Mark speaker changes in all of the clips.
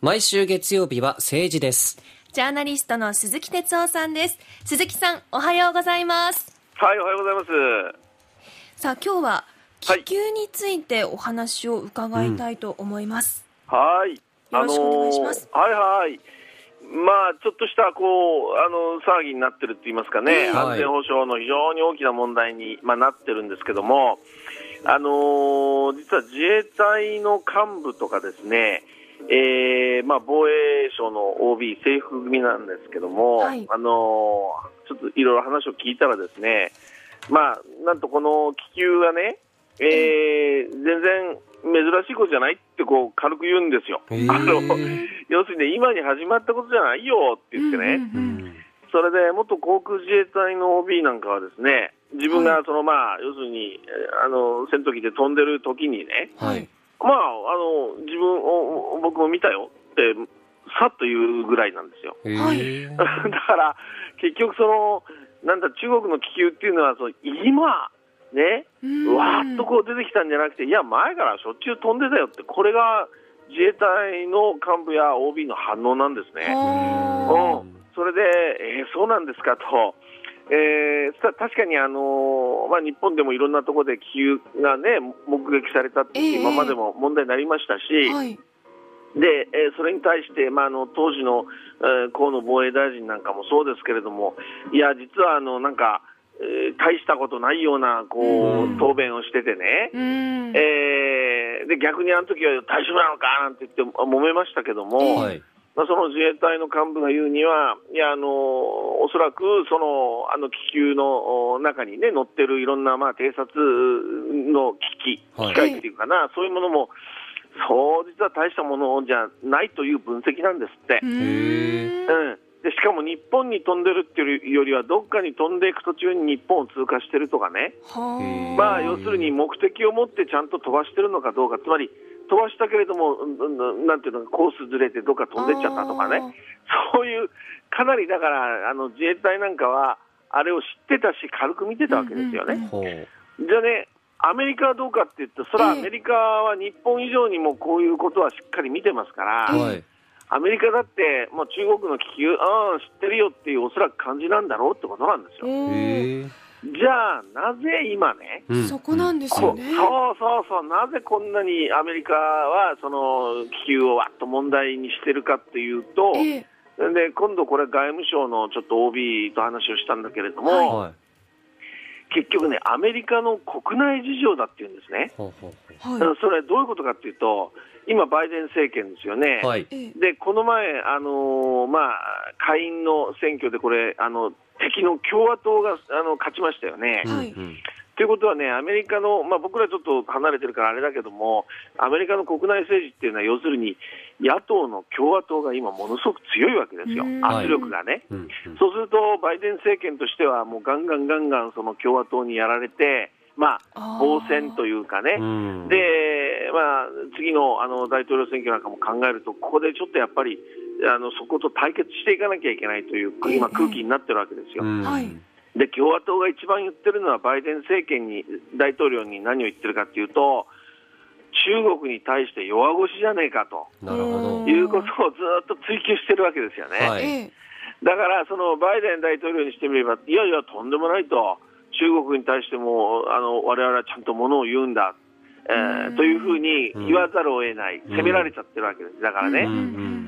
Speaker 1: 毎週月曜日は政治です。
Speaker 2: ジャーナリストの鈴木哲夫さんです。鈴木さん、おはようございます。
Speaker 3: はい、おはようございます。
Speaker 2: さあ、今日は
Speaker 3: は
Speaker 2: 気
Speaker 3: い
Speaker 2: 球についてお話を伺いたいと思います。
Speaker 3: はい。
Speaker 2: よろしくお願いします
Speaker 3: あのーはいはい。まあ、ちょっとした、こう、あの、騒ぎになってるって言いますかね、
Speaker 1: うんはい
Speaker 3: 安全保障の非常に大きな問題に、まあ、なってるんですけども、あのー実は自衛隊の幹部とかですね、えーまあ、防衛省の OB、制服組なんですけども、
Speaker 2: はい
Speaker 3: あのーちょっといろいろ話を聞いたらですね、まあ、なんとこの気球がね、えー全然珍しいことじゃないってこう軽く言うんですよ。
Speaker 1: へ
Speaker 3: あ
Speaker 1: ー
Speaker 3: の要するにね、今に始まったことじゃないよって言ってね、
Speaker 2: うんうん
Speaker 3: それで元航空自衛隊の OB なんかはですね、自分
Speaker 2: は
Speaker 3: がその、まあ、要するに、えーあの、戦闘機で飛んでる時にね、
Speaker 1: はい。
Speaker 3: まあ、あの、自分を、僕も見たよって、さっと言うぐらいなんですよ。
Speaker 1: へ
Speaker 2: はい
Speaker 1: ー
Speaker 3: だから、結局その、なんだ、中国の気球っていうのは、その今、ね、
Speaker 2: うんうん
Speaker 3: わーっとこう出てきたんじゃなくて、いや、前からしょっちゅう飛んでたよって、これが自衛隊の幹部や OB の反応なんですね。
Speaker 2: は
Speaker 3: うん、それで、えーそうなんですかと。えー、た確かに、あのーまあ、日本でもいろんなところで気球が、ね、目撃されたって
Speaker 2: ええ
Speaker 3: 今までも問題になりましたし、
Speaker 2: あはい。
Speaker 3: で、えーそれに対して、まあ、あの当時の、えー河野防衛大臣なんかもそうですけれども、いや、実はあのなんか、えー大したことないようなこ
Speaker 2: うん
Speaker 3: う答弁をしててね、
Speaker 2: うん。
Speaker 3: えーで逆にあの時は大丈夫なのかなんて言って揉めましたけども、
Speaker 1: はい。
Speaker 3: まあ、その自衛隊の幹部が言うには、いや、あのおそらくそのあの気球のお中に、ね、乗ってるいろんな、まあ、偵察の機器、
Speaker 1: はい
Speaker 3: 機械っていうかな、そういうものも、そう、実は大したものじゃないという分析なんですって。
Speaker 2: う
Speaker 3: うん
Speaker 2: ん
Speaker 3: でしかも日本に飛んでるっていうよりは、どっかに飛んでいく途中に日本を通過してるとかね、
Speaker 2: は
Speaker 3: まあ、
Speaker 1: うん
Speaker 3: 要するに目的を持ってちゃんと飛ばしてるのかどうか、つまり飛ばしたけれども、うんうんなんていうの、コースずれてどっか飛んでっちゃったとかね、そういう、かなりだから、あの自衛隊なんかは、あれを知ってたし、軽く見てたわけですよ
Speaker 2: うんうん
Speaker 3: ね。
Speaker 1: ほう。
Speaker 3: じゃあね、アメリカはどうかって言ったら、それはア
Speaker 2: ええ
Speaker 3: メリカは日本以上にもこういうことはしっかり見てますから、
Speaker 1: はい。
Speaker 3: アメリカだって、もう中国の気球、うん、知ってるよっていう、おそらく感じなんだろうってことなんです
Speaker 2: あー
Speaker 3: よ。
Speaker 2: おー
Speaker 1: へー
Speaker 3: じゃあ、なぜ今ね、
Speaker 1: うん
Speaker 2: そこなんですよ
Speaker 3: こ
Speaker 2: ね。
Speaker 3: そうそうそう、なぜこんなにアメリカはその気球をわっと問題にしてるかっていうと、
Speaker 2: ええ
Speaker 3: で今度、これ、外務省のちょっと OB と話をしたんだけれど
Speaker 1: うん
Speaker 3: も、
Speaker 1: はい。
Speaker 3: 結局ね、アメリカの国内事情だっていうんですね、
Speaker 1: ほうほう
Speaker 2: は
Speaker 3: うんそれ、どういうことかっていうと、今、バイデン政権ですよね、
Speaker 1: ほうはい。
Speaker 2: い。ええ
Speaker 3: でこの前、あのーまあ、下院の選挙で、これ、あの敵の共和党があの勝ちましたよね。
Speaker 2: はい
Speaker 1: うんうん
Speaker 3: ということはね、アメリカの、まあ、僕らちょっと離れてるからあれだけども、アメリカの国内政治っていうのは、要するに野党の共和党が今、ものすごく強いわけですよ
Speaker 2: うん、
Speaker 3: 圧力がね。
Speaker 1: うんうん
Speaker 3: そうすると、バイデン政権としては、もうガンガンガンガンその共和党にやられて、まあ、
Speaker 2: あー
Speaker 3: 防戦というかね、
Speaker 1: うん
Speaker 3: で、まあ、次のあの大統領選挙なんかも考えると、ここでちょっとやっぱり、あのそこと対決していかなきゃいけないという、今、
Speaker 2: ええ
Speaker 3: 空気になってるわけですよ。
Speaker 1: うん
Speaker 2: はい
Speaker 3: で共和党が一番言ってるのはバイデン政権に大統領に何を言ってるかっていうと中国に対して弱腰じゃねえかと
Speaker 1: なるほど
Speaker 2: うん。
Speaker 3: いうことをずっと追求してるわけですよね、
Speaker 1: はい
Speaker 2: ええ
Speaker 3: だからそのバイデン大統領にしてみればいやいやとんでもないと中国に対してもあの我々はちゃんとものを言うんだ、
Speaker 2: う
Speaker 3: えー
Speaker 2: ん
Speaker 3: というふうに言わざるを得な
Speaker 1: う
Speaker 3: い、
Speaker 1: ん
Speaker 3: 責められちゃってるわけですだから
Speaker 1: う
Speaker 3: ね、
Speaker 1: ん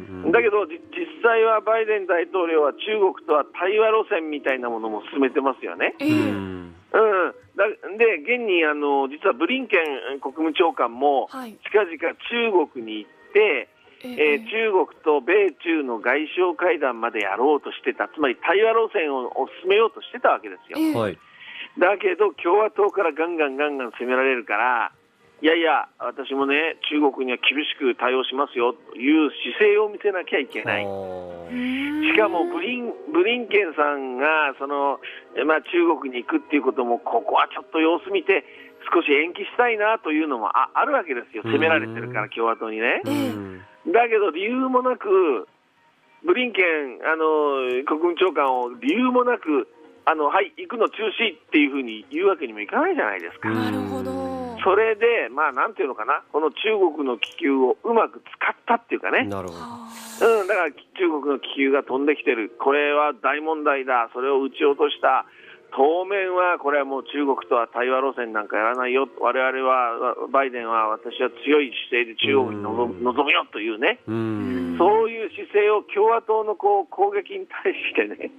Speaker 1: うんうん
Speaker 3: だけどじ実際はバイデン大統領は中国とは対話路線みたいなものも進めてますよね。
Speaker 2: え
Speaker 1: うん
Speaker 2: え
Speaker 3: うん、だで、現にあの実はブリンケン国務長官も、
Speaker 2: はい
Speaker 3: 近々中国に行って、
Speaker 2: え
Speaker 3: え
Speaker 2: え
Speaker 3: ー中国と米中の外相会談までやろうとしてた、つまり対話路線をを進めようとしてたわけですよ。
Speaker 2: ええ
Speaker 1: はい。
Speaker 3: だけど、共和党からガンガンガンガン攻められるから、いやいや、私もね、中国には厳しく対応しますよという姿勢を見せなきゃいけない。
Speaker 1: は
Speaker 2: う
Speaker 1: い
Speaker 2: ーん
Speaker 3: しかもブリンブリンケンさんがその、えまあ、中国に行くっていうこともここはちょっと様子見て少し延期したいなというのもああるわけですよ、責められてるか
Speaker 1: う
Speaker 3: ら共和党にね。
Speaker 2: ええ
Speaker 1: うん
Speaker 3: だけど理由もなくブリンケンあの国務長官を理由もなくあのはい行くの中止っていうふうに言うわけにもいかないじゃないですか。
Speaker 2: なるほど。
Speaker 3: それで、まあ、なんていうのかな、この中国の気球をうまく使ったっていうかね、
Speaker 1: なるほど。
Speaker 2: はあ
Speaker 3: だから中国の気球が飛んできてる、これは大問題だ、それを撃ち落とした、当面はこれはもう中国とは対話路線なんかやらないよ、我々は、バイデンは私は強い姿勢で中国に望む望むよというね、
Speaker 1: うん。
Speaker 3: そういう姿勢を共和党のこう攻撃に対してね、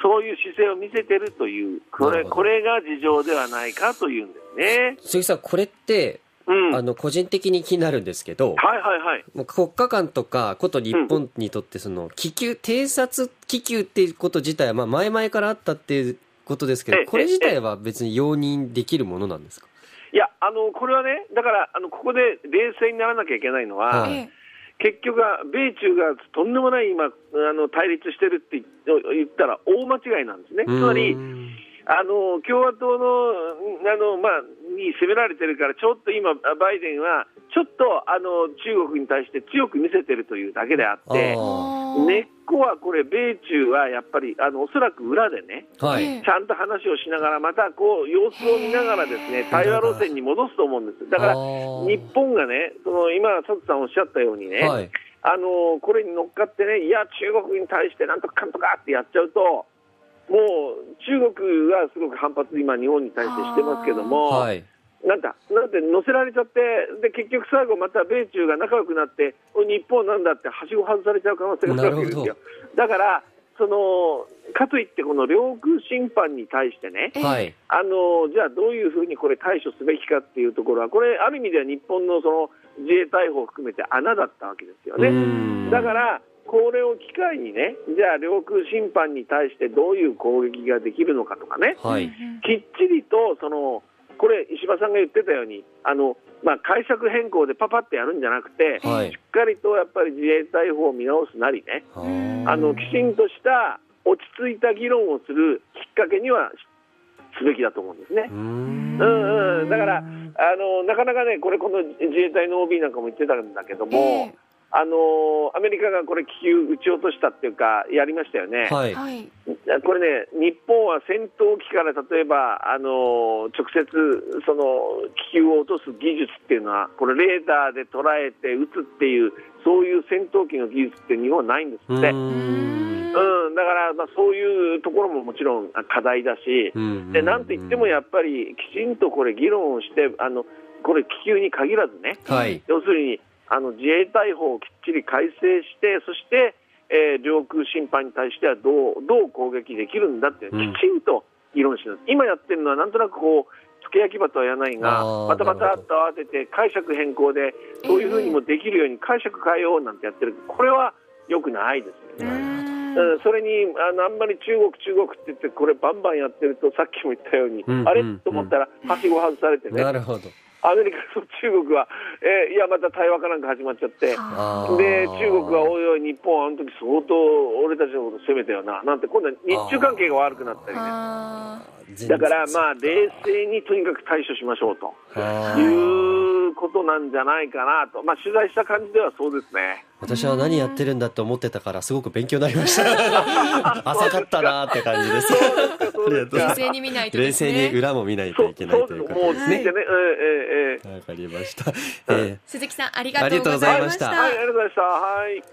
Speaker 3: そういう姿勢を見せてるという、こ
Speaker 1: な
Speaker 3: れ
Speaker 1: るほど
Speaker 3: これが事情ではないかというんですね。
Speaker 1: 鈴木さん、これって、
Speaker 3: うん、は
Speaker 1: あ
Speaker 3: い
Speaker 1: の、個人的に気になるんですけど、
Speaker 3: はいはい。
Speaker 1: もう国家間とか、こと日本にとって、その、気球、偵察気球っていうこと自体は、まあ、前々からあったっていうことですけ
Speaker 3: ええ
Speaker 1: ど、これ自体は別に容認できるものなんですか
Speaker 3: いや、あのこれはね、だからあのここで冷静にならなきゃいけないのは、
Speaker 1: はい
Speaker 2: ええ
Speaker 3: 結局は米中がとんでもない今、あの対立してるって言言ったら大間違いなんですね。つまり、
Speaker 1: うん
Speaker 3: あの共和党のうんあの、まあ、に攻められてるから、ちょっと今、バイデンはちょっとあの中国に対して強く見せてるというだけであって、
Speaker 1: あ
Speaker 3: 根っこはこれ、米中はやっぱりあのおそらく裏でね。
Speaker 1: は
Speaker 2: ええ
Speaker 1: い。
Speaker 3: ちゃんと話をしながら、またこう様子を見ながら、ですね対話路線に戻すと思うんです、だから
Speaker 1: あー
Speaker 3: 日本がね、その今、佐藤さんおっしゃったようにね、
Speaker 1: はい。
Speaker 3: あのこれに乗っかってね、いや、中国に対してなんとかかんとかってやっちゃうと、もう中国がすごく反発、今、日本に対してしてますけども、
Speaker 1: はい。
Speaker 3: なんだ、なんて乗せられちゃって、で結局、最後、また米中が仲良くなって、お日本なんだって、はしご外されちゃう可能性があるわけです
Speaker 1: なる
Speaker 3: よ。だからそのかといって、この領空侵犯に対してね、
Speaker 2: ええ
Speaker 1: はい。
Speaker 3: あのじゃあ、どういうふうにこれ、対処すべきかっていうところは、これ、ある意味では日本のその自衛隊法を含めて穴だったわけですよね。
Speaker 1: うん
Speaker 3: だから、これを機会にね、じゃあ、領空侵犯に対してどういう攻撃ができるのかとかね、
Speaker 1: はい。
Speaker 3: きっちりとその、これ、石破さんが言ってたように、あのまあ、解釈変更でパパってやるんじゃなくて、
Speaker 1: はい
Speaker 3: しっかりとやっぱり自衛隊法を見直すなりね、あのきちんとした落ち着いた議論をするきっかけにはしすべきだと思うんですね。
Speaker 1: うん
Speaker 3: うんうん、だからあの、なかなかね、これ、この自衛隊の OB なんかも言ってたんだけども、
Speaker 2: え
Speaker 3: あのアメリカがこれ、気球撃ち落としたっていうか、やりましたよね、
Speaker 1: はい。
Speaker 2: はい。
Speaker 3: これね、日本は戦闘機から例えば、あの直接その気球を落とす技術っていうのは、これ、レーダーで捉えて撃つっていう、そういう戦闘機の技術って日本はないんですって。うん
Speaker 1: ん。
Speaker 3: だから、まあ、そういうところももちろん課題だし、でなんといってもやっぱりきちんとこれ議論をしてあのこれ気球に限らずね、
Speaker 1: はい
Speaker 3: 要するにあの自衛隊法をきっちり改正してそして、えー領空侵犯に対してはどうどう攻撃できるんだっていうのを
Speaker 1: うん
Speaker 3: きちんと議論してる、今やってるのはなんとなくこう付け焼き場とは言わないが
Speaker 1: あー
Speaker 3: またま
Speaker 1: な
Speaker 3: た
Speaker 1: るほ
Speaker 3: と慌てて解釈変更でそういうふうにもできるように解釈変えようなんてやってるこれは良くないですよね。
Speaker 2: うん
Speaker 3: うんそれにあのあんまり中国、中国って言ってこれバンバンやってるとさっきも言ったように、
Speaker 1: うん
Speaker 3: あれ
Speaker 1: うん
Speaker 3: と思ったらはしご外されてね、
Speaker 1: なるほど。
Speaker 3: アメリカと中国は、えーいやまた対話かなんか始まっちゃって。
Speaker 2: はあ
Speaker 3: で中国はおいおい、日本、あの時相当俺たちのこと責めたよな、なんて、今度は日中関係が悪くなったりね、
Speaker 2: はあ
Speaker 3: だから、まあ、冷静にとにかく対処しましょうと
Speaker 1: あ
Speaker 3: いうことなんじゃないかなと、まあ、取材した感じではそうですね。
Speaker 1: 私は何やってるんだって思ってたから、すごく勉強になりま した。浅かったなーって感じです。
Speaker 3: そうですかそうですか
Speaker 2: 冷静に見ないとで
Speaker 1: 冷
Speaker 2: す
Speaker 1: 静
Speaker 2: ね。
Speaker 1: に裏も見ない
Speaker 3: そ
Speaker 1: と
Speaker 3: う
Speaker 1: い
Speaker 3: そ
Speaker 1: け
Speaker 3: う
Speaker 1: ない
Speaker 3: で
Speaker 1: と
Speaker 3: す、
Speaker 1: いうか。
Speaker 3: もうついてね、ええええええ
Speaker 1: わかりました。えー
Speaker 2: 鈴木さんありがとうございました。
Speaker 1: ありがとうございました
Speaker 3: はい、ありがとうございました。はい。